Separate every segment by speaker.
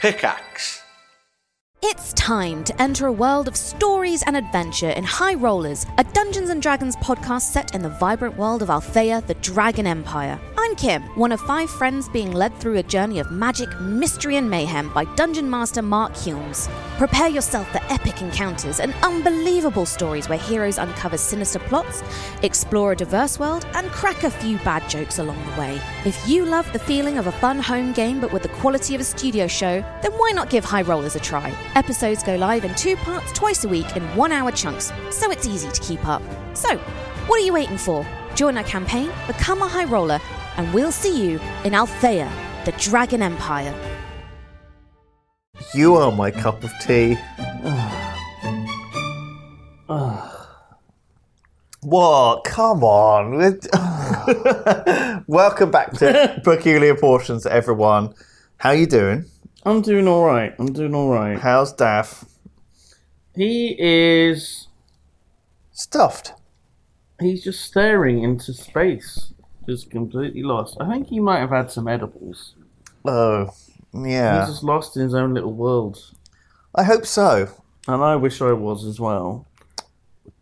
Speaker 1: Pickaxe.
Speaker 2: It's time to enter a world of stories and adventure in High Rollers, a Dungeons and Dragons podcast set in the vibrant world of Althea, the Dragon Empire. I'm Kim, one of five friends being led through a journey of magic, mystery, and mayhem by Dungeon Master Mark Humes. Prepare yourself for epic encounters and unbelievable stories where heroes uncover sinister plots, explore a diverse world, and crack a few bad jokes along the way. If you love the feeling of a fun home game but with the quality of a studio show, then why not give High Rollers a try? Episodes go live in two parts twice a week in one hour chunks, so it's easy to keep up. So, what are you waiting for? Join our campaign, become a High Roller, and we'll see you in Althea, the Dragon Empire.
Speaker 1: You are my cup of tea. what? Come on. We're- Welcome back to Peculiar Portions, everyone. How you doing?
Speaker 3: I'm doing all right. I'm doing all right.
Speaker 1: How's Daff?
Speaker 3: He is.
Speaker 1: Stuffed.
Speaker 3: He's just staring into space, just completely lost. I think he might have had some edibles.
Speaker 1: Oh, yeah.
Speaker 3: He's just lost in his own little world,
Speaker 1: I hope so,
Speaker 3: and I wish I was as well.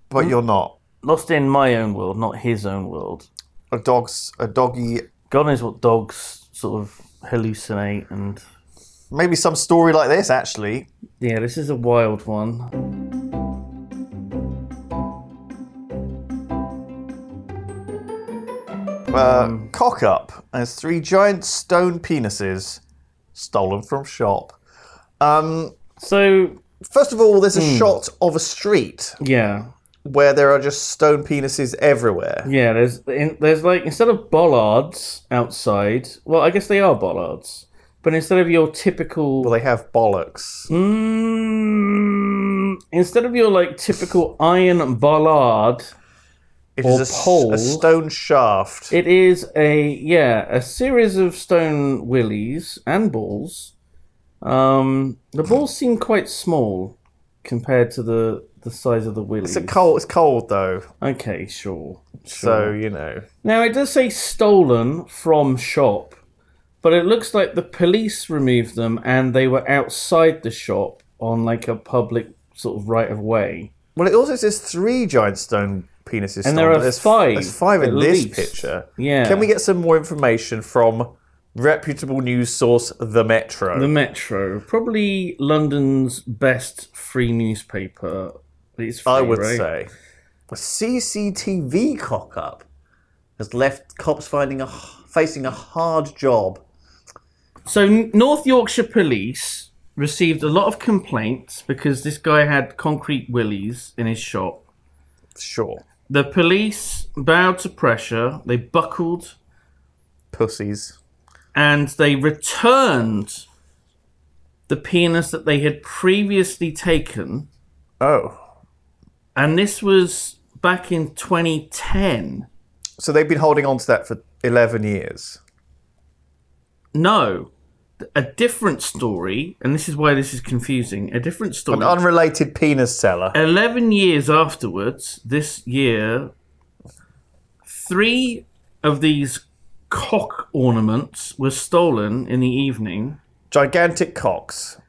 Speaker 1: but you're not.
Speaker 3: Lost in my own world, not his own world.
Speaker 1: A dog's a doggy.
Speaker 3: God knows what dogs sort of hallucinate, and
Speaker 1: Maybe some story like this actually
Speaker 3: yeah, this is a wild one.
Speaker 1: Uh, cock up has three giant stone penises stolen from shop. Um,
Speaker 3: So
Speaker 1: first of all, there's
Speaker 3: Hmm.
Speaker 1: a shot of a street
Speaker 3: yeah,
Speaker 1: where there are just stone penises everywhere.
Speaker 3: Yeah, there's in, there's like instead of bollards outside, well, I guess they are bollards, but instead of your typical,
Speaker 1: Well, they have bollocks.
Speaker 3: Hmm. Mm, instead of your like typical iron bollard,
Speaker 1: It
Speaker 3: or
Speaker 1: is a s- a,
Speaker 3: pole.
Speaker 1: stone shaft.
Speaker 3: it is a yeah a series of stone willies and balls. Um, the balls seem quite small compared to the the size of the willies.
Speaker 1: it's a cold. It's cold though,
Speaker 3: okay, sure.
Speaker 1: so you know.
Speaker 3: Now it does say stolen from shop, but it looks like the police removed them and they were outside the shop on like a public sort of right of way.
Speaker 1: Well, it also says three giant stone penises,
Speaker 3: And
Speaker 1: stolen,
Speaker 3: there
Speaker 1: but
Speaker 3: are
Speaker 1: there's f-
Speaker 3: five,
Speaker 1: There's five in
Speaker 3: at
Speaker 1: this
Speaker 3: least.
Speaker 1: picture.
Speaker 3: Yeah.
Speaker 1: Can we get some more information from reputable news source, The Metro?
Speaker 3: The Metro, probably London's best free newspaper. It's free,
Speaker 1: I would
Speaker 3: right?
Speaker 1: say. A CCTV cock up has left cops finding a, facing a hard job.
Speaker 3: So N- North Yorkshire Police received a lot of complaints because this guy had concrete willies in his shop.
Speaker 1: Sure.
Speaker 3: The police bowed to pressure. They buckled
Speaker 1: Pussies.
Speaker 3: and they returned the penis that they had previously taken.
Speaker 1: Oh.
Speaker 3: And this was back in 2010.
Speaker 1: So they've been holding on to that for 11 years.
Speaker 3: No, a different story, and this is why this is confusing. A different story.
Speaker 1: An unrelated penis seller.
Speaker 3: 11 years afterwards, this year, three of these cock ornaments were stolen in the evening.
Speaker 1: Gigantic cocks.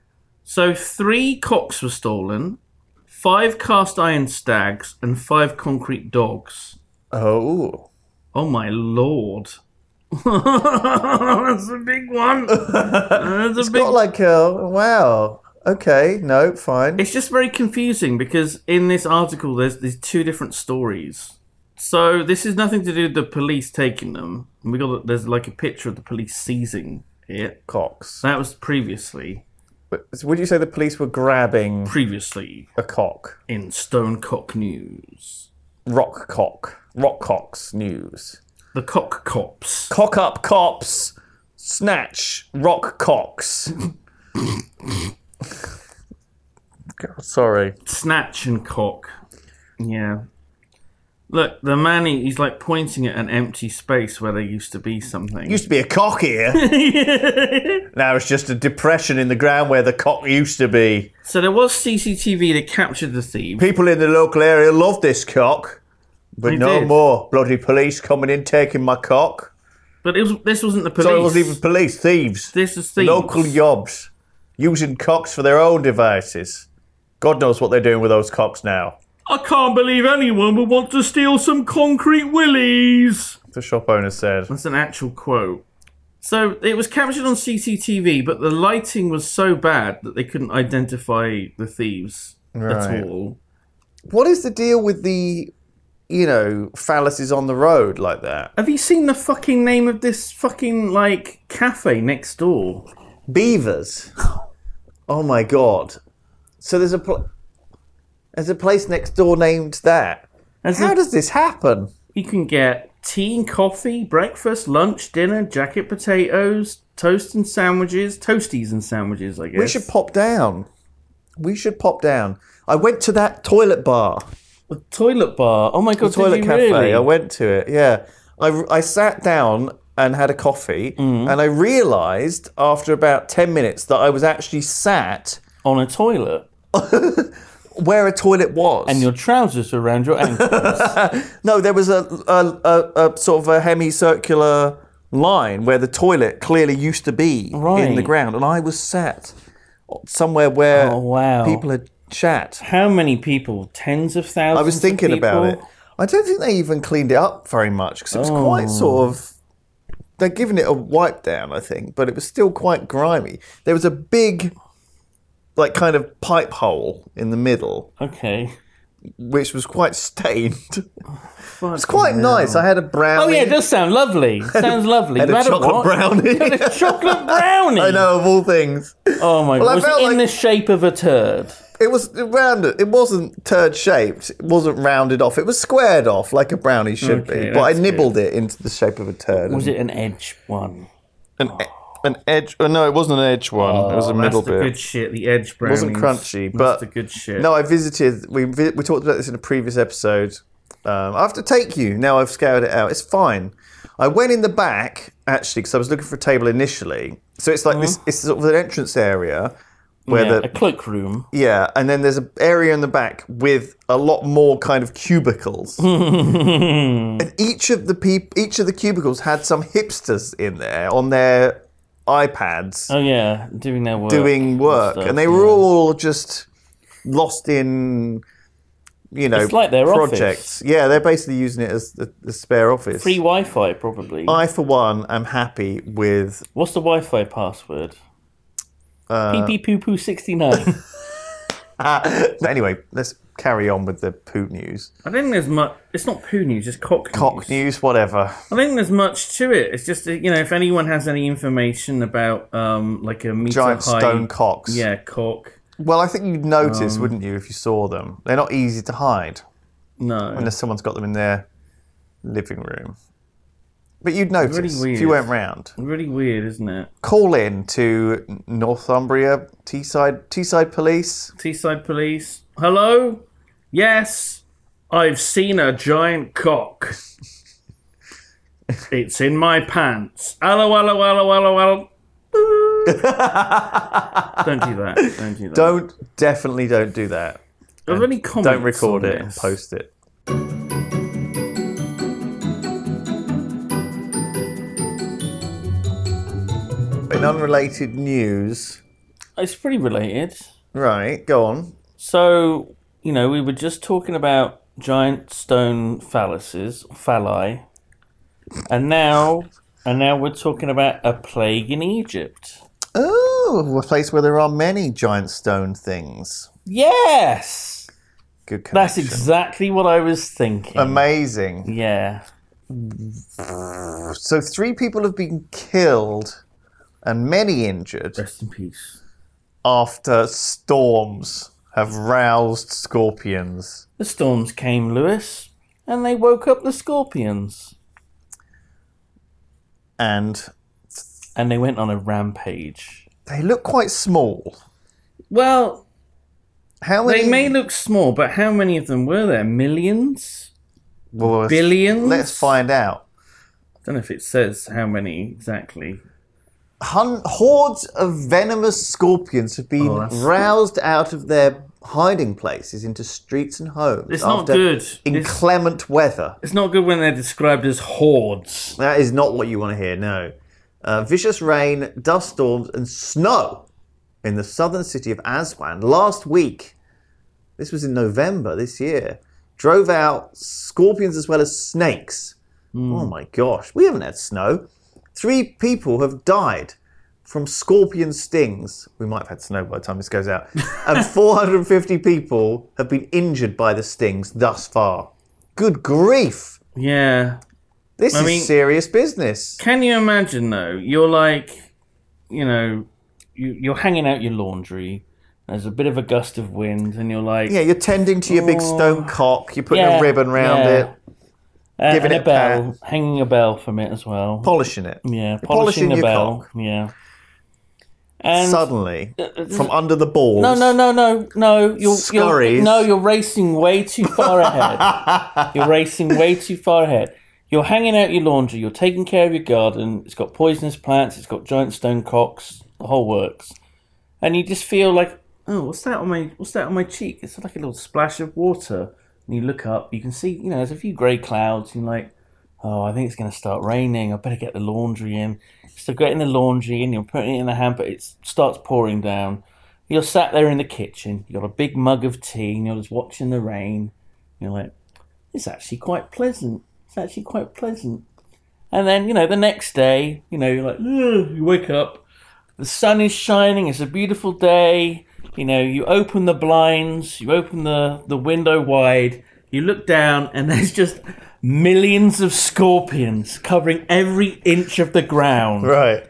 Speaker 3: So three cocks were stolen, five cast iron stags, and five concrete dogs.
Speaker 1: Oh.
Speaker 3: Oh my lord! That's a big one. That's a big.
Speaker 1: Not like a. Wow. Okay. No, fine.
Speaker 3: It's just very confusing because in this article there's these two different stories. So this is nothing to do with the police taking them. We got there's like a picture of the police seizing it.
Speaker 1: Cocks.
Speaker 3: That was previously,
Speaker 1: But Would you say the police were grabbing
Speaker 3: previously
Speaker 1: a cock?
Speaker 3: in Stonecock News,
Speaker 1: Rock cock. Rock cocks news.
Speaker 3: the cock cops.
Speaker 1: cock up cops, snatch rock cocks. Sorry.
Speaker 3: snatch and cock. Yeah. Look, the man, he, he's like pointing at an empty space where there used to be something.
Speaker 1: Used to be a cock here. now it's just a depression in the ground where the cock used to be.
Speaker 3: so there was CCTV that captured the thief.
Speaker 1: People in the local area love this cock, but
Speaker 3: They
Speaker 1: no
Speaker 3: did.
Speaker 1: more bloody police coming in taking my cock.
Speaker 3: But it was, this wasn't the police.
Speaker 1: So it wasn't even police, thieves,
Speaker 3: This is thieves.
Speaker 1: local yobs. using cocks for their own devices. God knows what they're doing with those cocks now.
Speaker 3: I can't believe anyone would want to steal some concrete willies.
Speaker 1: The shop owner said.
Speaker 3: That's an actual quote. So it was captured on CCTV, but the lighting was so bad that they couldn't identify the thieves
Speaker 1: Right.
Speaker 3: at all.
Speaker 1: What is the deal with the, you know, phalluses on the road like that?
Speaker 3: Have you seen the fucking name of this fucking like cafe next door?
Speaker 1: Beavers. Oh my god. So there's a pl- there's a place next door named that.
Speaker 3: As
Speaker 1: How
Speaker 3: in-
Speaker 1: does this happen?
Speaker 3: You can get tea and coffee, breakfast, lunch, dinner, jacket potatoes, toast and sandwiches, toasties and sandwiches, I guess.
Speaker 1: We should pop down. We should pop down. I went to that toilet bar.
Speaker 3: The toilet bar. Oh my god,
Speaker 1: toilet
Speaker 3: did you
Speaker 1: cafe.
Speaker 3: really?
Speaker 1: I went to it. Yeah, I, I sat down and had a coffee, and I realised after about ten minutes that I was actually sat
Speaker 3: on a toilet.
Speaker 1: where a toilet was.
Speaker 3: And your trousers were around your ankles.
Speaker 1: no, there was a a, a a sort of a hemicircular line where the toilet clearly used to be in the
Speaker 3: Right.
Speaker 1: ground, and I was sat somewhere where
Speaker 3: Oh, wow.
Speaker 1: people had chat.
Speaker 3: How many people? Tens of thousands.
Speaker 1: I was
Speaker 3: of
Speaker 1: thinking about it.
Speaker 3: people?
Speaker 1: I don't think they even cleaned it up very much because it was quite
Speaker 3: Oh.
Speaker 1: sort of. They're giving it a wipe down, I think, but it was still quite grimy. There was a big, like, kind of pipe hole in the middle,
Speaker 3: Okay.
Speaker 1: which was quite stained. it's quite nice. I had a
Speaker 3: Oh
Speaker 1: brownie.
Speaker 3: yeah, it does sound lovely. Sounds lovely.
Speaker 1: had
Speaker 3: You
Speaker 1: a chocolate
Speaker 3: what?
Speaker 1: brownie.
Speaker 3: You had a chocolate brownie.
Speaker 1: I know of all things.
Speaker 3: Oh my
Speaker 1: I
Speaker 3: god. Was
Speaker 1: felt
Speaker 3: it in
Speaker 1: like-
Speaker 3: the shape of a turd?
Speaker 1: It was rounded. It wasn't turd shaped. It wasn't rounded off. It was squared off like a brownie should
Speaker 3: Okay,
Speaker 1: be. But I
Speaker 3: that's good.
Speaker 1: nibbled it into the shape of a turd.
Speaker 3: Was it an edge one?
Speaker 1: an e- an edge. Oh, no, it wasn't an edge one. it was a middle
Speaker 3: Oh, That's the
Speaker 1: bit.
Speaker 3: good shit. The edge
Speaker 1: it
Speaker 3: brownies.
Speaker 1: wasn't crunchy, but
Speaker 3: That's the good shit.
Speaker 1: No, I visited. We vi- we talked about this in a previous episode. Um, I have to take you now. I've scoured it out. It's fine. I went in the back actually because I was looking for a table initially. So it's like this. It's sort of an entrance area where
Speaker 3: Mm-hmm. yeah,
Speaker 1: the
Speaker 3: a cloakroom.
Speaker 1: yeah, and then there's an area in the back with a lot more kind of cubicles. and each of the peop- each of the cubicles had some hipsters in there on their iPads
Speaker 3: Oh yeah, doing their work.
Speaker 1: doing work,
Speaker 3: stuff,
Speaker 1: and they were all just lost in, you know,
Speaker 3: It's like their
Speaker 1: projects. Yeah, they're basically using it as the, the spare office.
Speaker 3: free Wi-Fi probably.
Speaker 1: I, for one, am happy with
Speaker 3: What's the Wi-Fi password? Uh, Pee poo poo sixty nine.
Speaker 1: But anyway, let's carry on with the poop news,
Speaker 3: I think there's much. It's not poo news. It's cock,
Speaker 1: cock news, whatever.
Speaker 3: I think there's much to it. It's just you know if anyone has any information about um like a meter
Speaker 1: Giant
Speaker 3: high,
Speaker 1: stone cocks.
Speaker 3: Yeah, cock.
Speaker 1: Well, I think you'd notice, wouldn't you, if you saw them? They're not easy to hide
Speaker 3: No.
Speaker 1: unless someone's got them in their living room. But you'd notice
Speaker 3: weird.
Speaker 1: if you went round.
Speaker 3: Really weird, isn't it?
Speaker 1: Call in to Northumbria Teesside Teesside Police.
Speaker 3: Teesside police. Hello? Yes. I've seen a giant cock. it's in my pants. Hello, hello, hello, hello, hello. Don't do that. Don't do that.
Speaker 1: Don't definitely don't do that.
Speaker 3: Are there any comments
Speaker 1: Don't record
Speaker 3: on
Speaker 1: it and
Speaker 3: this?
Speaker 1: post it. In unrelated news,
Speaker 3: It's pretty related.
Speaker 1: right? Go on.
Speaker 3: So, you know, we were just talking about giant stone phalluses, phalli, and now, and now we're talking about a plague in Egypt.
Speaker 1: Oh, a place where there are many giant stone things.
Speaker 3: Yes,
Speaker 1: Good connection.
Speaker 3: that's Mm. exactly what I was thinking.
Speaker 1: amazing.
Speaker 3: yeah,
Speaker 1: So three people have been killed and many injured
Speaker 3: rest in peace.
Speaker 1: after storms have roused scorpions.
Speaker 3: The storms came, Lewis, and they woke up the scorpions,
Speaker 1: And
Speaker 3: and they went on a rampage.
Speaker 1: they look quite small.
Speaker 3: Well,
Speaker 1: How many?
Speaker 3: they may look small, but how many of them were there? Millions?
Speaker 1: Well, let's-
Speaker 3: billions?
Speaker 1: Let's find out.
Speaker 3: don't know if it says how many exactly.
Speaker 1: Hun- hordes of venomous scorpions have been
Speaker 3: Oh, that's-
Speaker 1: roused out of their hiding places into streets and homes.
Speaker 3: It's not
Speaker 1: after
Speaker 3: good. It's-
Speaker 1: Inclement weather.
Speaker 3: It's not good when they're described as hordes.
Speaker 1: That is not what you want to hear, no. Uh, vicious rain, dust storms, and snow in the southern city of Aswan last week. This was in November this year. Drove out scorpions as well as snakes. Oh my gosh, we haven't had snow. Three people have died from scorpion stings. We might have had snow by the time this goes out. and 450 people have been injured by the stings thus far. Good grief.
Speaker 3: Yeah.
Speaker 1: This is
Speaker 3: mean-
Speaker 1: serious business.
Speaker 3: Can you imagine though? You're like, you know, you, you're hanging out your laundry. There's a bit of a gust of wind, and you're like,
Speaker 1: Yeah, you're tending to your big stone cock. You're putting
Speaker 3: Oh. Yeah,
Speaker 1: a ribbon round
Speaker 3: yeah.
Speaker 1: it,
Speaker 3: uh,
Speaker 1: giving
Speaker 3: and
Speaker 1: it
Speaker 3: a bell, hanging a bell from it as well.
Speaker 1: polishing it.
Speaker 3: yeah,
Speaker 1: polishing
Speaker 3: polishing, the
Speaker 1: your
Speaker 3: bell.
Speaker 1: cock.
Speaker 3: Yeah. And uh,
Speaker 1: Suddenly, from under the balls.
Speaker 3: no, no, no, no, no. You're,
Speaker 1: Scurries.
Speaker 3: you're no, you're racing way too far ahead. you're racing way too far ahead. You're hanging out your laundry. You're taking care of your garden. It's got poisonous plants. It's got giant stone cocks. The whole works. And you just feel like, oh, what's that on my what's that on my cheek? It's like a little splash of water. And you look up. You can see, you know, there's a few grey clouds. And you're like, oh, I think it's going to start raining. I better get the laundry in. So getting the laundry in, you're putting it in the hand, but it starts pouring down. You're sat there in the kitchen. You've got a big mug of tea, and you're just watching the rain. You're like, it's actually quite pleasant. It's actually quite pleasant. And then you know the next day, you know you're like, "Ugh," you wake up, the sun is shining. It's a beautiful day. You know, you open the blinds, you open the the window wide, you look down, and there's just millions of scorpions covering every inch of the ground.
Speaker 1: Right.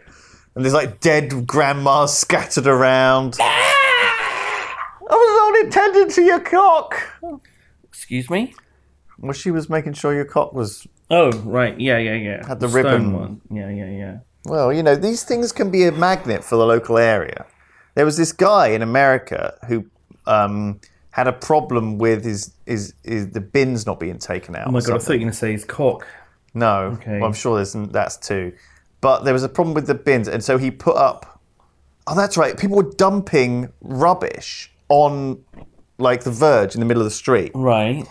Speaker 1: And there's like dead grandmas scattered around.
Speaker 3: Ah!
Speaker 1: I was only tending to your cock.
Speaker 3: Excuse me.
Speaker 1: Well, she was making sure your cock was.
Speaker 3: Oh right, yeah, yeah, yeah.
Speaker 1: Had the
Speaker 3: stone
Speaker 1: ribbon.
Speaker 3: one. Yeah, yeah, yeah.
Speaker 1: Well, you know, these things can be a magnet for the local area. There was this guy in America who um, had a problem with his, his, his the bins not being taken out.
Speaker 3: Oh my god, I thought you were gonna say his cock.
Speaker 1: No.
Speaker 3: Okay.
Speaker 1: Well, I'm sure there's some, that's too. But there was a problem with the bins, and so he put up. Oh, that's right. People were dumping rubbish on like the verge in the middle of the street,
Speaker 3: Right,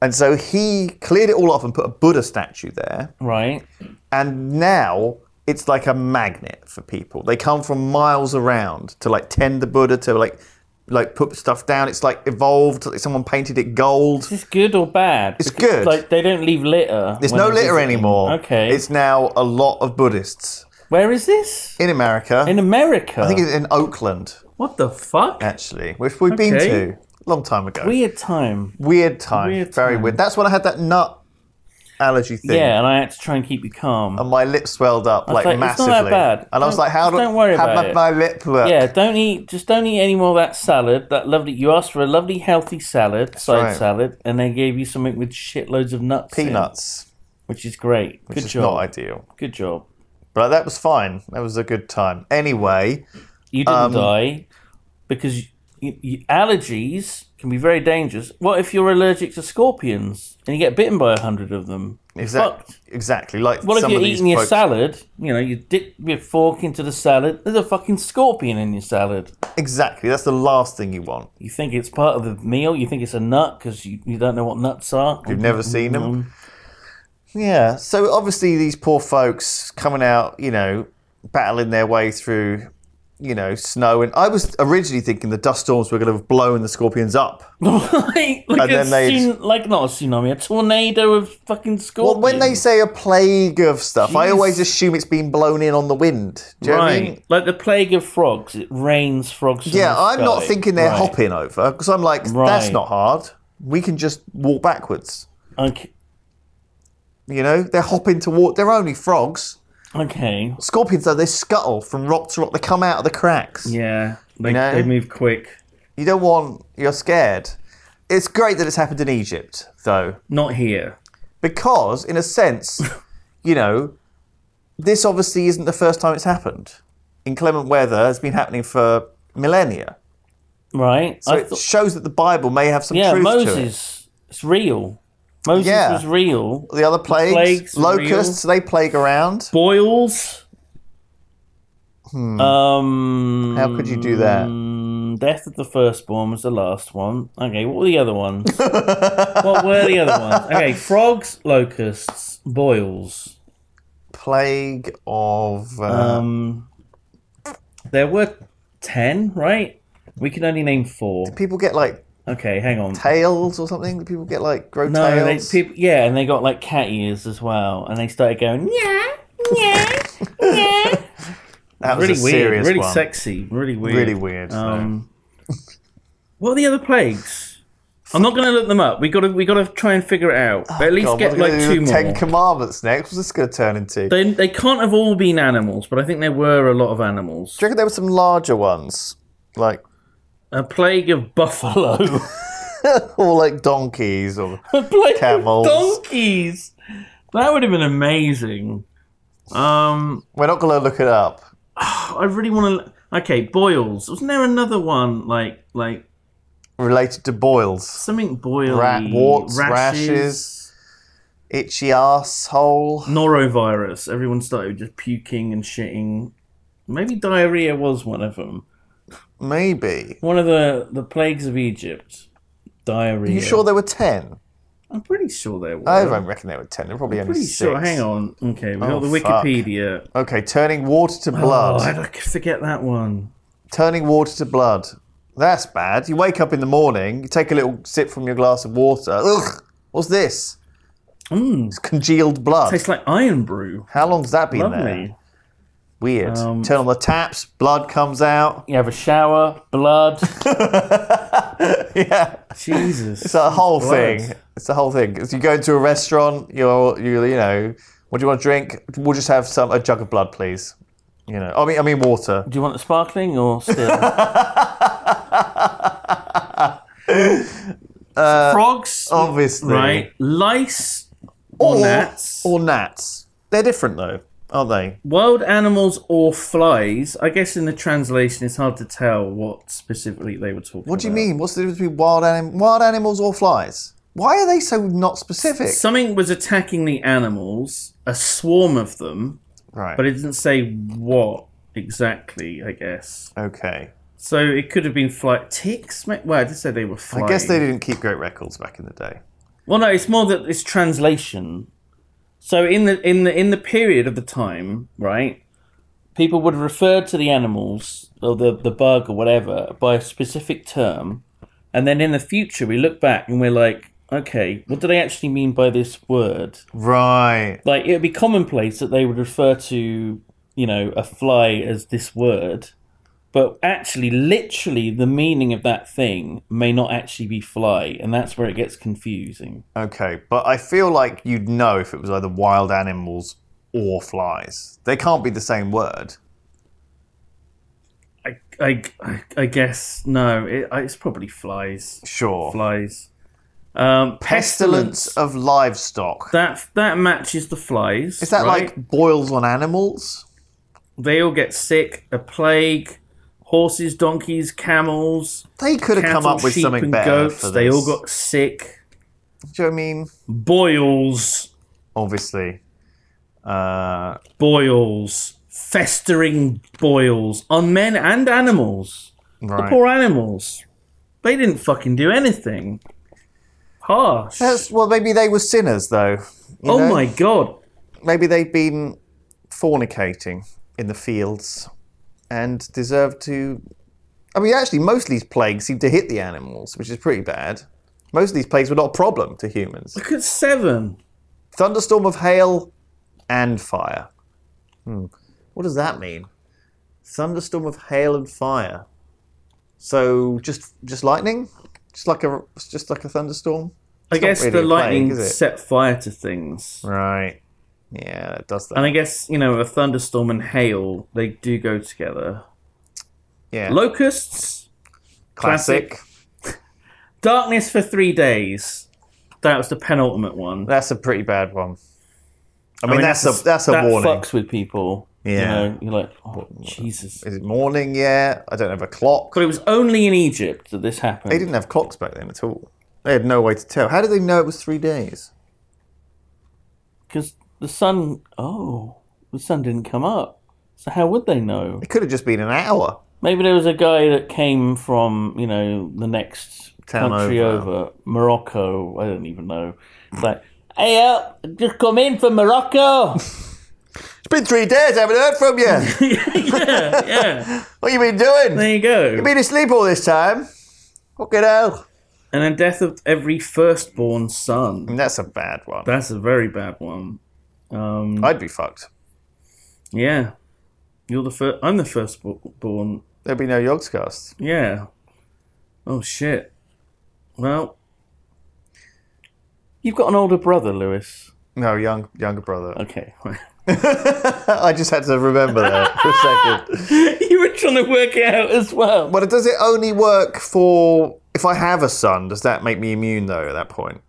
Speaker 1: and so he cleared it all off and put a Buddha statue there.
Speaker 3: right.
Speaker 1: And now it's like a magnet for people. They come from miles around to like tend the Buddha to like like put stuff down. It's like evolved. Like someone painted it gold.
Speaker 3: Is this good or bad?
Speaker 1: It's
Speaker 3: Because,
Speaker 1: good.
Speaker 3: Like they don't leave litter.
Speaker 1: There's
Speaker 3: when
Speaker 1: no
Speaker 3: they're
Speaker 1: litter
Speaker 3: visiting.
Speaker 1: anymore.
Speaker 3: Okay.
Speaker 1: It's now a lot of Buddhists
Speaker 3: Where is this?
Speaker 1: in America.
Speaker 3: In America.
Speaker 1: I think Uh, it's in Oakland,
Speaker 3: what the fuck?
Speaker 1: actually, which we've been
Speaker 3: Okay.
Speaker 1: to a long time ago.
Speaker 3: Weird time.
Speaker 1: weird time.
Speaker 3: Weird
Speaker 1: Very
Speaker 3: time.
Speaker 1: weird. That's when I had that nut allergy thing. Um,
Speaker 3: Yeah, and I had to try and keep you calm.
Speaker 1: And my lip swelled up like,
Speaker 3: like, it's not that
Speaker 1: massively.
Speaker 3: bad.
Speaker 1: And I was
Speaker 3: Don't-
Speaker 1: like, how do
Speaker 3: don't worry
Speaker 1: how
Speaker 3: about
Speaker 1: my,
Speaker 3: it.
Speaker 1: my lip look?
Speaker 3: yeah, don't eat. Just don't eat any more of that salad. That lovely. You asked for a lovely, healthy salad, side
Speaker 1: right.
Speaker 3: salad, and they gave you something with shitloads of nuts. in,
Speaker 1: Peanuts.
Speaker 3: which is great.
Speaker 1: Which
Speaker 3: Good
Speaker 1: is
Speaker 3: job.
Speaker 1: not ideal.
Speaker 3: Good job.
Speaker 1: But that was fine. That was a good time. Anyway,
Speaker 3: You didn't
Speaker 1: Um,
Speaker 3: die because you, you, allergies can be very dangerous. What if you're allergic to scorpions and you get bitten by a hundred of them? You're
Speaker 1: exactly,
Speaker 3: fucked.
Speaker 1: exactly like
Speaker 3: What if
Speaker 1: some
Speaker 3: you're
Speaker 1: of these
Speaker 3: eating your
Speaker 1: folks-
Speaker 3: salad? You know, you dip your fork into the salad. There's a fucking scorpion in your salad.
Speaker 1: Exactly. That's the last thing you want.
Speaker 3: You think it's part of the meal. You think it's a nut because you, you don't know what nuts are.
Speaker 1: You've never seen them. Yeah. So obviously these poor folks coming out, you know, battling their way through, you know, snow. And I was originally thinking the dust storms were going to have blown the scorpions up.
Speaker 3: like, like,
Speaker 1: And
Speaker 3: a
Speaker 1: then they-
Speaker 3: tsun- like not a tsunami, a tornado of fucking
Speaker 1: Well,
Speaker 3: scorpions.
Speaker 1: when they say a plague of stuff, I
Speaker 3: Jeez.
Speaker 1: always assume it's been blown in on the wind. Do you know what I
Speaker 3: right,
Speaker 1: mean?
Speaker 3: like the plague of frogs, it rains frogs. from
Speaker 1: Yeah,
Speaker 3: the
Speaker 1: I'm not
Speaker 3: sky.
Speaker 1: thinking they're
Speaker 3: Right.
Speaker 1: hopping over because I'm like, that's
Speaker 3: Right.
Speaker 1: not hard. We can just walk backwards.
Speaker 3: Okay,
Speaker 1: You know, they're hopping toward. They're only frogs.
Speaker 3: okay,
Speaker 1: Scorpions, though, they scuttle from rock to rock. They come out of the cracks.
Speaker 3: yeah, they,
Speaker 1: know?
Speaker 3: they move quick.
Speaker 1: You don't want. You're scared. It's great that it's happened in Egypt, though,
Speaker 3: Not here.
Speaker 1: because in a sense, you know, this obviously isn't the first time it's happened. Inclement weather has been happening for millennia.
Speaker 3: Right?
Speaker 1: So
Speaker 3: I
Speaker 1: it
Speaker 3: thought-
Speaker 1: shows that the Bible may have some
Speaker 3: yeah,
Speaker 1: truth to it.
Speaker 3: Moses. It's real. Moses
Speaker 1: Yeah.
Speaker 3: was real.
Speaker 1: The other plagues,
Speaker 3: plagues are
Speaker 1: locusts, they plague around.
Speaker 3: Boils. Um,
Speaker 1: Hmm. How could you do that?
Speaker 3: Hmm. Death of the Firstborn was the last one. Okay, what were the other ones? what were the other ones? Okay, frogs, locusts, boils.
Speaker 1: Plague of. Uh,
Speaker 3: Um, there were ten, right? We can only name four.
Speaker 1: People get like
Speaker 3: Okay, hang on.
Speaker 1: tails or something. Do people get like grow
Speaker 3: No, they,
Speaker 1: tails?
Speaker 3: people, yeah, and they got like cat ears as well, and they started going yeah, yeah, yeah.
Speaker 1: that was
Speaker 3: really
Speaker 1: a
Speaker 3: weird,
Speaker 1: serious
Speaker 3: really
Speaker 1: one.
Speaker 3: sexy, really weird,
Speaker 1: Really weird.
Speaker 3: Um, what are the other plagues? I'm not going to look them up. We got to we got to try and figure it out. but at least
Speaker 1: Oh, God,
Speaker 3: get
Speaker 1: what are we
Speaker 3: like
Speaker 1: gonna do
Speaker 3: two
Speaker 1: with
Speaker 3: more.
Speaker 1: Ten Commandments next. What's this going to turn into? Do you
Speaker 3: they they can't have all been animals, but I think there were a lot of animals.
Speaker 1: reckon there were some larger ones, like
Speaker 3: A plague of buffalo,
Speaker 1: or like donkeys or
Speaker 3: a plague
Speaker 1: Camels.
Speaker 3: of donkeys. That would have been amazing. Um,
Speaker 1: We're not going to look it up.
Speaker 3: I really want to. Okay, boils. Wasn't there another one like like
Speaker 1: Related to boils,
Speaker 3: something boily?
Speaker 1: Rat- warts, rashes. itchy asshole.
Speaker 3: norovirus. Everyone started just puking and shitting. Maybe diarrhea was one of them.
Speaker 1: Maybe.
Speaker 3: One of the the plagues of Egypt. Diarrhea.
Speaker 1: You sure there were ten?
Speaker 3: I'm pretty sure there were.
Speaker 1: I don't reckon there were ten. There were probably only
Speaker 3: pretty
Speaker 1: six.
Speaker 3: sure. Hang on. Okay, we
Speaker 1: Oh,
Speaker 3: got the
Speaker 1: fuck.
Speaker 3: Wikipedia.
Speaker 1: Okay, turning water to
Speaker 3: Oh,
Speaker 1: blood.
Speaker 3: I don't- forget that one.
Speaker 1: turning water to blood. That's bad. You wake up in the morning, you take a little sip from your glass of water. Ugh, what's this? It's congealed blood.
Speaker 3: Mm. Tastes like iron brew.
Speaker 1: How long's that been there?
Speaker 3: Lovely.
Speaker 1: Weird.
Speaker 3: Um,
Speaker 1: Turn on the taps, blood comes out.
Speaker 3: You have a shower, blood.
Speaker 1: yeah,
Speaker 3: Jesus.
Speaker 1: it's a whole
Speaker 3: Blood.
Speaker 1: thing. It's a whole thing. If you go into a restaurant, you're you you know, what do you want to drink? We'll just have some a jug of blood, please. You know, I mean, I mean water.
Speaker 3: Do you want it sparkling or still?
Speaker 1: Uh,
Speaker 3: Frogs,
Speaker 1: oh, Obviously,
Speaker 3: right? Lice or,
Speaker 1: Or
Speaker 3: gnats,
Speaker 1: or gnats. They're different though, aren't they?
Speaker 3: wild animals or flies. I guess in the translation, it's hard to tell what specifically they were talking.
Speaker 1: What do you mean? What's the difference between wild, anim- wild animals or flies? Why are they so not specific?
Speaker 3: Something was attacking the animals, a swarm of them,
Speaker 1: right.
Speaker 3: but it didn't say what exactly. I guess
Speaker 1: okay.
Speaker 3: so. It could have been fly ticks. ma- Well, I did say they were flying.
Speaker 1: I guess they didn't keep great records back in the day.
Speaker 3: Well, no, it's more that it's translation. So in the in the in the period of the time, right, people would refer to the animals or the the bug or whatever by a specific term, and then in the future we look back and we're like, okay, what do they actually mean by this word?
Speaker 1: Right.
Speaker 3: Like it would be commonplace that they would refer to you know a fly as this word. But actually, literally, the meaning of that thing may not actually be fly, and that's where it gets confusing.
Speaker 1: Okay. But I feel like you'd know if it was either wild animals or flies. They can't be the same word.
Speaker 3: I, I, I- I guess no. It, I- it's probably flies.
Speaker 1: Sure.
Speaker 3: Flies. Um,
Speaker 1: Pestilence of livestock.
Speaker 3: That that matches the flies.
Speaker 1: Is that
Speaker 3: right?
Speaker 1: like boils on animals?
Speaker 3: they all get sick? A plague. Horses, donkeys, camels,
Speaker 1: They could have
Speaker 3: cattle,
Speaker 1: come up with
Speaker 3: sheep,
Speaker 1: something
Speaker 3: and
Speaker 1: better.
Speaker 3: goats.
Speaker 1: for
Speaker 3: They
Speaker 1: this.
Speaker 3: all got sick.
Speaker 1: Do you know what I mean?
Speaker 3: Boils,
Speaker 1: Obviously. Uh,
Speaker 3: boils, festering boils on men and animals.
Speaker 1: right.
Speaker 3: Poor animals. They didn't fucking do anything. Harsh.
Speaker 1: That's, well, maybe they were sinners, though. you
Speaker 3: oh
Speaker 1: know?
Speaker 3: my god.
Speaker 1: Maybe they've been fornicating in the fields and deserve to. I mean, actually, most of these plagues seem to hit the animals, which is pretty bad. Most of these plagues were not a problem to humans.
Speaker 3: Look at seven.
Speaker 1: Thunderstorm of hail and fire. Hmm. What does that mean? Thunderstorm of hail and fire. So just just lightning, just like a just like a thunderstorm.
Speaker 3: I guess
Speaker 1: really
Speaker 3: the
Speaker 1: a plague,
Speaker 3: lightning
Speaker 1: is it?
Speaker 3: set fire to things.
Speaker 1: Right. Yeah, it does that.
Speaker 3: And I guess, you know, a thunderstorm and hail, they do go together.
Speaker 1: yeah.
Speaker 3: Locusts,
Speaker 1: classic.
Speaker 3: darkness for three days. That was the penultimate one.
Speaker 1: That's a pretty bad one. I mean, that's, a that's a
Speaker 3: that
Speaker 1: warning.
Speaker 3: fucks with people.
Speaker 1: Yeah.
Speaker 3: You know, you're like, oh, Jesus.
Speaker 1: Is it morning? Yeah, I don't have a clock.
Speaker 3: But it was only in Egypt that this happened.
Speaker 1: They didn't have clocks back then at all. They had no way to tell. How did they know it was three days?
Speaker 3: Because the sun, oh, the sun didn't come up. So how would they know?
Speaker 1: It could have just been an hour.
Speaker 3: Maybe there was a guy that came from, you know, the next
Speaker 1: Town
Speaker 3: country
Speaker 1: over.
Speaker 3: over. Morocco. I don't even know. It's like, hey, uh, just come in from Morocco.
Speaker 1: been three days, I haven't heard from you.
Speaker 3: yeah, yeah.
Speaker 1: what you been doing?
Speaker 3: There you go.
Speaker 1: been asleep all this time. Fucking hell.
Speaker 3: And then death of every firstborn son.
Speaker 1: And that's a bad one.
Speaker 3: That's a very bad one. Um,
Speaker 1: I'd be fucked.
Speaker 3: yeah, you're the first. I'm the firstborn.
Speaker 1: There'd be no Yogscast.
Speaker 3: Yeah. Oh shit. Well, you've got an older brother, Lewis.
Speaker 1: No, young younger brother.
Speaker 3: Okay.
Speaker 1: I just had to remember that for a second.
Speaker 3: you were trying to work it out as well.
Speaker 1: But does it only work for if I have a son? Does that make me immune though? At that point,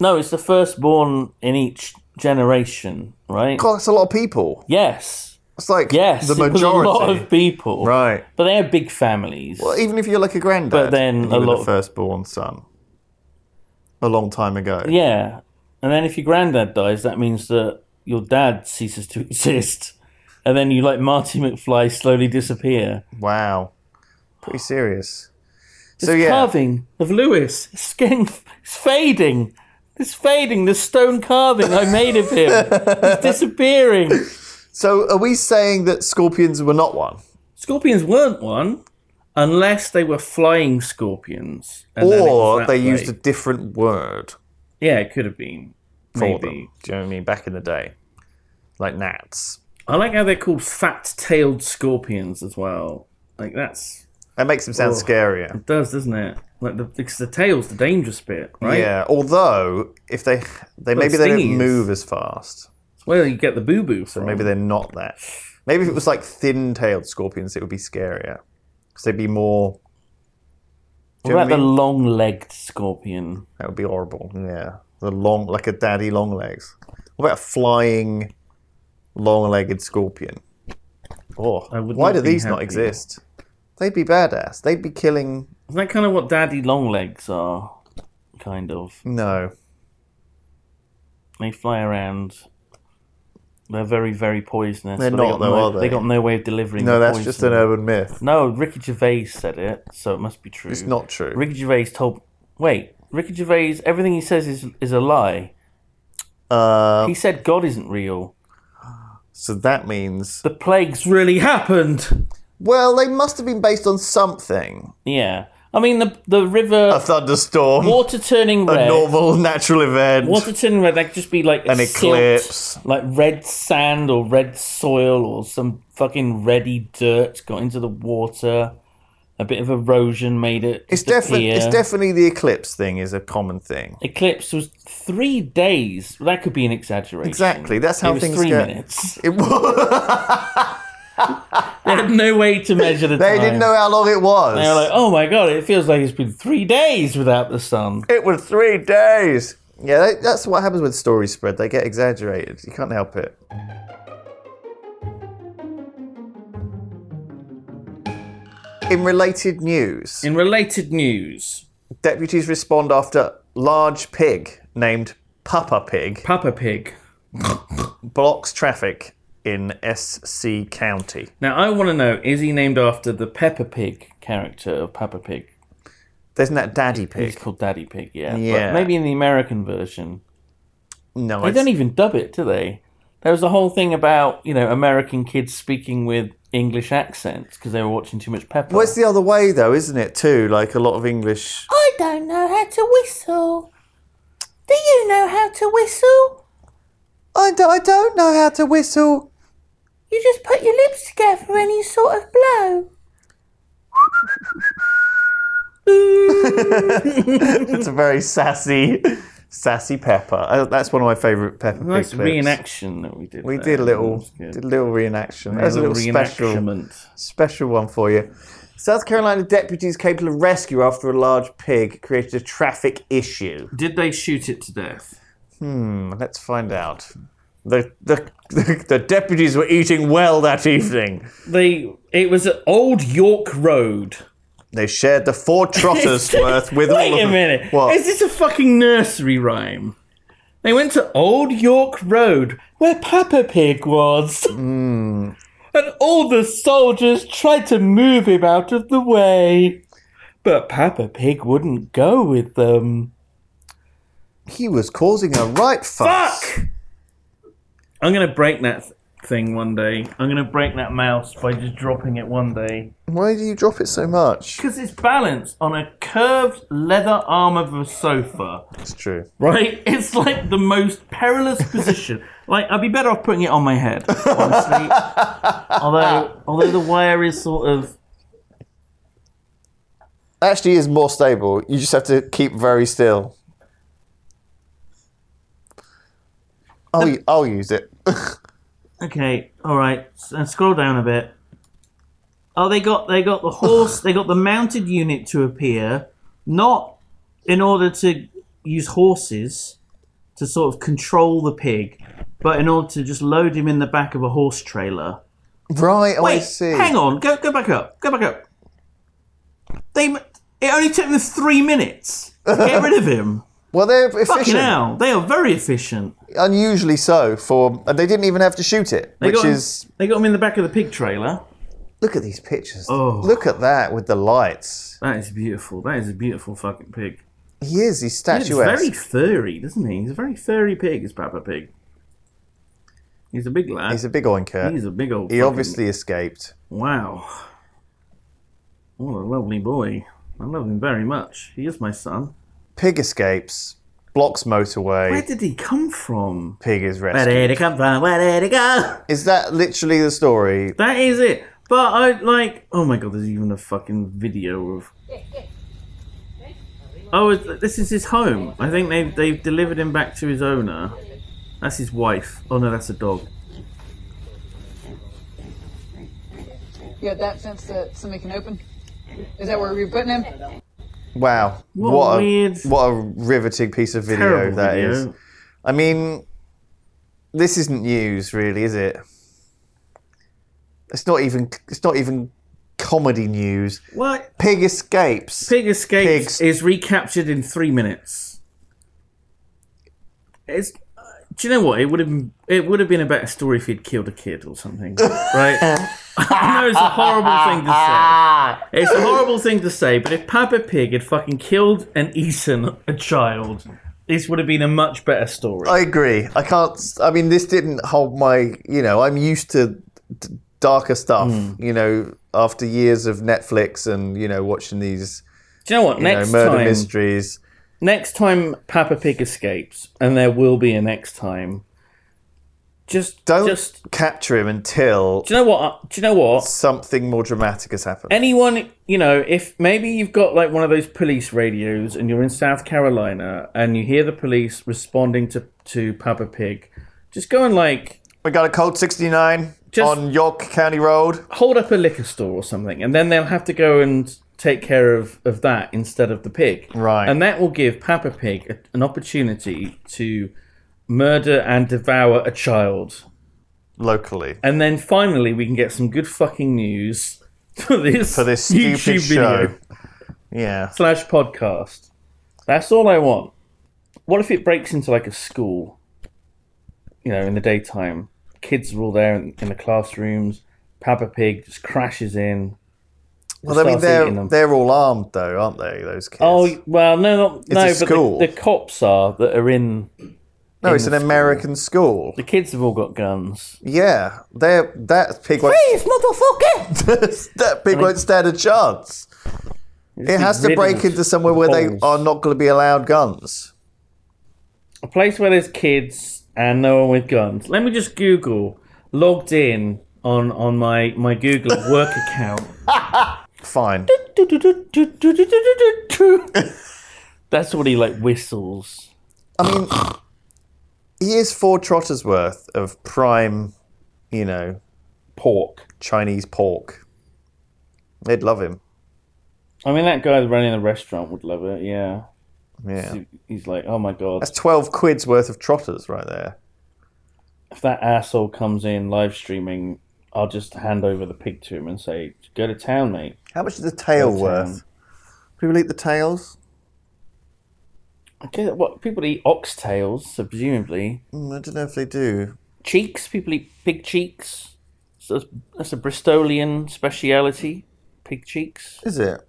Speaker 3: No, it's the firstborn in each generation, right?
Speaker 1: God, that's a lot of people.
Speaker 3: Yes.
Speaker 1: It's like
Speaker 3: Yes.
Speaker 1: the
Speaker 3: it was a
Speaker 1: majority,
Speaker 3: lot of people.
Speaker 1: right?
Speaker 3: But they are big families.
Speaker 1: Well, even if you're like a granddad,
Speaker 3: But then
Speaker 1: and you
Speaker 3: a
Speaker 1: were
Speaker 3: lot
Speaker 1: the
Speaker 3: of-
Speaker 1: firstborn son, a long time ago.
Speaker 3: Yeah. And then if your granddad dies, that means that your dad ceases to exist. And then you, like Marty McFly, slowly disappear.
Speaker 1: Wow, pretty serious. so
Speaker 3: This
Speaker 1: yeah,
Speaker 3: Carving of Lewis. It's getting, it's fading. It's fading. The stone carving I made of him is disappearing.
Speaker 1: so are we saying that scorpions were not one?
Speaker 3: Scorpions weren't one, unless they were flying scorpions. and then it was
Speaker 1: or
Speaker 3: that
Speaker 1: they
Speaker 3: way.
Speaker 1: used a different word
Speaker 3: Yeah, it could have been.
Speaker 1: for
Speaker 3: Maybe.
Speaker 1: them. Do you know what I mean? Back in the day, like gnats.
Speaker 3: I like how they're called fat-tailed scorpions as well. Like that's
Speaker 1: That makes them sound
Speaker 3: Oh.
Speaker 1: scarier.
Speaker 3: it does, doesn't it? Like the because the tail's the dangerous bit, right?
Speaker 1: Yeah. Although if they they maybe they
Speaker 3: stingy
Speaker 1: don't
Speaker 3: is-
Speaker 1: move as fast.
Speaker 3: It's where you get the boo boo from.
Speaker 1: Maybe they're not that. Maybe if it was like thin-tailed scorpions, it would be scarier because they'd be more. Do you
Speaker 3: What
Speaker 1: know
Speaker 3: about
Speaker 1: what I
Speaker 3: the
Speaker 1: mean?
Speaker 3: long-legged scorpion?
Speaker 1: That would be horrible. Yeah, the long, like a daddy long legs. What about a flying, long-legged scorpion? Oh,
Speaker 3: I would
Speaker 1: why
Speaker 3: not
Speaker 1: do
Speaker 3: be
Speaker 1: these not
Speaker 3: happy.
Speaker 1: exist? They'd be badass. They'd be killing.
Speaker 3: Isn't that kind of what daddy long legs are? Kind of.
Speaker 1: No,
Speaker 3: They fly around. They're very, very poisonous.
Speaker 1: They're
Speaker 3: but
Speaker 1: not
Speaker 3: got
Speaker 1: though,
Speaker 3: no,
Speaker 1: are they?
Speaker 3: got no way of delivering.
Speaker 1: no,
Speaker 3: the
Speaker 1: that's just an
Speaker 3: poison.
Speaker 1: urban myth.
Speaker 3: No, Ricky Gervais said it, so it must be true.
Speaker 1: It's not true.
Speaker 3: Ricky Gervais told. Wait, Ricky Gervais. Everything he says is is a lie.
Speaker 1: Uh,
Speaker 3: He said God isn't real.
Speaker 1: so that means
Speaker 3: The plagues really happened.
Speaker 1: well, they must have been based on something.
Speaker 3: Yeah, I mean the the
Speaker 1: A
Speaker 3: river
Speaker 1: thunderstorm,
Speaker 3: water turning
Speaker 1: a
Speaker 3: red.
Speaker 1: normal natural event.
Speaker 3: Water turning red. That could just be like
Speaker 1: An
Speaker 3: silt,
Speaker 1: eclipse.
Speaker 3: like red sand or red soil or some fucking reddy dirt got into the water. A bit of erosion made it.
Speaker 1: It's definitely it's
Speaker 3: disappear.
Speaker 1: definitely the eclipse thing is a common thing.
Speaker 3: Eclipse was three days. Well, that could be an exaggeration.
Speaker 1: Exactly, that's how
Speaker 3: it was
Speaker 1: things
Speaker 3: three
Speaker 1: get-
Speaker 3: minutes.
Speaker 1: It was,
Speaker 3: They had no way to measure the
Speaker 1: they
Speaker 3: time.
Speaker 1: didn't know how long it was.
Speaker 3: They were like, "Oh my god, it feels like it's been three days without the sun."
Speaker 1: It was three days. Yeah, that, that's what happens when stories spread. They get exaggerated. You can't help it. In related news,
Speaker 3: In related news,
Speaker 1: deputies respond after large pig named Papa Pig
Speaker 3: Papa Pig.
Speaker 1: blocks traffic in SC County.
Speaker 3: Now, I want to know: is he named after the Peppa Pig character of Papa Pig?
Speaker 1: Isn't that Daddy
Speaker 3: He's
Speaker 1: Pig?
Speaker 3: called Daddy Pig, yeah.
Speaker 1: Yeah.
Speaker 3: But maybe in the American version,
Speaker 1: No,
Speaker 3: they
Speaker 1: it's-
Speaker 3: don't even dub it, do they? There was a whole thing about you know American kids speaking with English accents because they were watching too much Peppa.
Speaker 1: Well, it's the other way though, isn't it? Too like a lot of English.
Speaker 3: I don't know how to whistle. Do you know how to whistle?
Speaker 1: I don't, I don't know how to whistle.
Speaker 3: You just put your lips together and you sort of blow.
Speaker 1: That's a very sassy, sassy Pepper. Uh, That's one of my favourite Pepper
Speaker 3: Nice
Speaker 1: Pig clips.
Speaker 3: reenaction that we did.
Speaker 1: we
Speaker 3: there.
Speaker 1: did a little,
Speaker 3: That was good.
Speaker 1: did a little reenaction. That was a little special,
Speaker 3: reenactment.
Speaker 1: special one for you. South Carolina deputies came to the rescue after a large pig created a traffic issue.
Speaker 3: Did they shoot it to death?
Speaker 1: Hmm, let's find out. The, the, the, deputies were eating well that evening.
Speaker 3: They. It was at Old York Road.
Speaker 1: They shared the four trotters worth with all
Speaker 3: Wait
Speaker 1: of
Speaker 3: a
Speaker 1: them.
Speaker 3: minute.
Speaker 1: What?
Speaker 3: Is this a fucking nursery rhyme? They went to Old York Road, where Papa Pig was.
Speaker 1: Hmm.
Speaker 3: And all the soldiers tried to move him out of the way. But Papa Pig wouldn't go with them.
Speaker 1: He was causing a right fuss.
Speaker 3: Fuck! I'm gonna break that th- thing one day. I'm gonna break that mouse by just dropping it one day
Speaker 1: Why do you drop it so much?
Speaker 3: because it's balanced on a curved leather arm of a sofa.
Speaker 1: It's true.
Speaker 3: Right? It's like the most perilous position. like I'd be better off putting it on my head, honestly. although, although the wire is sort of
Speaker 1: Actually, is more stable. You just have to keep very still. I'll, u- I'll use it.
Speaker 3: Okay, all right. S- uh, scroll down a bit. Oh, they got they got the horse. they got the mounted unit to appear, not in order to use horses to sort of control the pig, but in order to just load him in the back of a horse trailer.
Speaker 1: right, I
Speaker 3: Wait,
Speaker 1: see.
Speaker 3: hang on. Go go back up. Go back up. They m- it only took them three minutes. to Get rid of him.
Speaker 1: Well, they're
Speaker 3: Fucking
Speaker 1: efficient.
Speaker 3: hell, they are very efficient.
Speaker 1: Unusually so for, and they didn't even have to shoot it,
Speaker 3: They
Speaker 1: which
Speaker 3: got him-
Speaker 1: is
Speaker 3: they got him in the back of the pig trailer.
Speaker 1: look at these pictures.
Speaker 3: Oh.
Speaker 1: Look at that with the lights.
Speaker 3: That is beautiful. That is a beautiful fucking pig.
Speaker 1: He is. He's
Speaker 3: He's
Speaker 1: statuesque.
Speaker 3: very furry, doesn't he? He's a very furry pig, is Papa Pig. He's a big lad.
Speaker 1: He's a big oinker.
Speaker 3: He's a big old.
Speaker 1: he
Speaker 3: fucking-
Speaker 1: obviously escaped.
Speaker 3: Wow. What a lovely boy. I love him very much. He is my son.
Speaker 1: Pig escapes, blocks motorway.
Speaker 3: Where did he come from?
Speaker 1: Pig is
Speaker 3: Where
Speaker 1: rescued.
Speaker 3: did he come from? Where did he go?
Speaker 1: Is that literally the story?
Speaker 3: That is it. But I like. Oh my god, there's even a fucking video of. Oh, is- this is his home. I think they've they've delivered him back to his owner. That's his wife. Oh no, that's a dog.
Speaker 4: You had that fence that somebody can open? Is that where you're putting him?
Speaker 1: Wow.
Speaker 3: What,
Speaker 1: What
Speaker 3: a
Speaker 1: a,
Speaker 3: weird,
Speaker 1: what a riveting piece of video
Speaker 3: terrible
Speaker 1: that is.
Speaker 3: video.
Speaker 1: I mean, this isn't news, really, is it? It's not even. It's not even comedy news.
Speaker 3: What?
Speaker 1: Pig escapes.
Speaker 3: Pig escapes
Speaker 1: Pigs.
Speaker 3: is recaptured in three minutes. It's. uh, Do you know what? It would have been- it would have been a better story if he'd killed a kid or something, right? I know it's a horrible thing to say.
Speaker 1: Ah,
Speaker 3: It's a horrible thing to say, but if Papa Pig had fucking killed and eaten a child, this would have been a much better story.
Speaker 1: I agree. I can't. I mean, this didn't hold my. You know, I'm used to d- darker stuff.
Speaker 3: Hmm.
Speaker 1: You know, after years of Netflix and you know watching these
Speaker 3: Do you know what?
Speaker 1: you know,
Speaker 3: next
Speaker 1: murder
Speaker 3: time,
Speaker 1: mysteries.
Speaker 3: next time Papa Pig escapes, and there will be a next time. Just,
Speaker 1: Don't
Speaker 3: just.
Speaker 1: capture him until
Speaker 3: Do you know what? uh, Do you know what?
Speaker 1: something more dramatic has happened.
Speaker 3: anyone you know if maybe you've got like one of those police radios and you're in south carolina and you hear the police responding to to papa pig just go and like
Speaker 1: We got a code 69
Speaker 3: Just-
Speaker 1: on York County Road.
Speaker 3: hold up a liquor store or something and then they'll have to go and take care of of that instead of the pig
Speaker 1: Right.
Speaker 3: and that will give papa pig a, an opportunity to murder and devour a child
Speaker 1: Locally.
Speaker 3: and then finally we can get some good fucking news for this
Speaker 1: For this stupid
Speaker 3: YouTube
Speaker 1: show.
Speaker 3: video
Speaker 1: Yeah.
Speaker 3: slash podcast. That's all I want. What if it breaks into like a school? You know, in the daytime, kids are all there in, in the classrooms. Papa Pig just crashes in.
Speaker 1: Well, I mean,
Speaker 3: starts
Speaker 1: they're,
Speaker 3: eating them.
Speaker 1: they're all armed, though, aren't they, those kids?
Speaker 3: Oh well, no, not, no,
Speaker 1: a
Speaker 3: but the-
Speaker 1: school.
Speaker 3: The, cops are that are in.
Speaker 1: no, it's an American school.
Speaker 3: The kids have all got guns.
Speaker 1: Yeah. They're, that pig won't,
Speaker 3: motherfucker!
Speaker 1: that pig won't stand a chance. It has to break into somewhere where they
Speaker 3: balls.
Speaker 1: are not going to be allowed guns.
Speaker 3: a place where there's kids and no one with guns. Let me just Google logged in on on my my Google work account.
Speaker 1: Fine.
Speaker 3: That's what he like whistles.
Speaker 1: I mean, he is four trotters worth of prime, you know,
Speaker 3: Pork.
Speaker 1: Chinese pork. They'd love him.
Speaker 3: I mean, that guy running the restaurant would love it. Yeah,
Speaker 1: Yeah.
Speaker 3: he's like, oh my god,
Speaker 1: That's 12 quid's worth of trotters right there.
Speaker 3: if that asshole comes in live streaming, I'll just hand over the pig to him and say, go to town, mate.
Speaker 1: How much is the tail
Speaker 3: That's,
Speaker 1: worth?
Speaker 3: um,
Speaker 1: People eat the tails?
Speaker 3: Okay, what people eat oxtails, so presumably
Speaker 1: Mm, I don't know if they do.
Speaker 3: cheeks. People eat pig cheeks. So that's, that's a Bristolian speciality. Pig cheeks.
Speaker 1: Is it?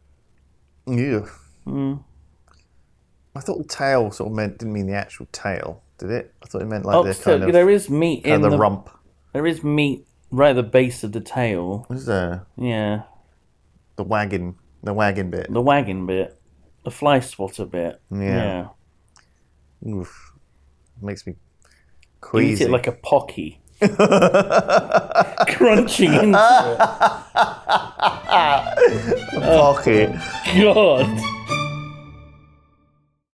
Speaker 1: Yeah. I thought tail sort of meant didn't mean the actual tail. Did it? I thought it meant like the
Speaker 3: Oxtail.
Speaker 1: kind of
Speaker 3: Oh, there is meat in
Speaker 1: kind of the
Speaker 3: the
Speaker 1: rump.
Speaker 3: There is meat right at the base of the tail.
Speaker 1: What is there?
Speaker 3: Yeah,
Speaker 1: The wagon, the wagon bit.
Speaker 3: the wagon bit, the fly swatter bit.
Speaker 1: Yeah. Oof. Makes me
Speaker 3: yeah. eat
Speaker 1: queasy.
Speaker 3: it like a pocky, crunching into it.
Speaker 1: pocket.
Speaker 3: God.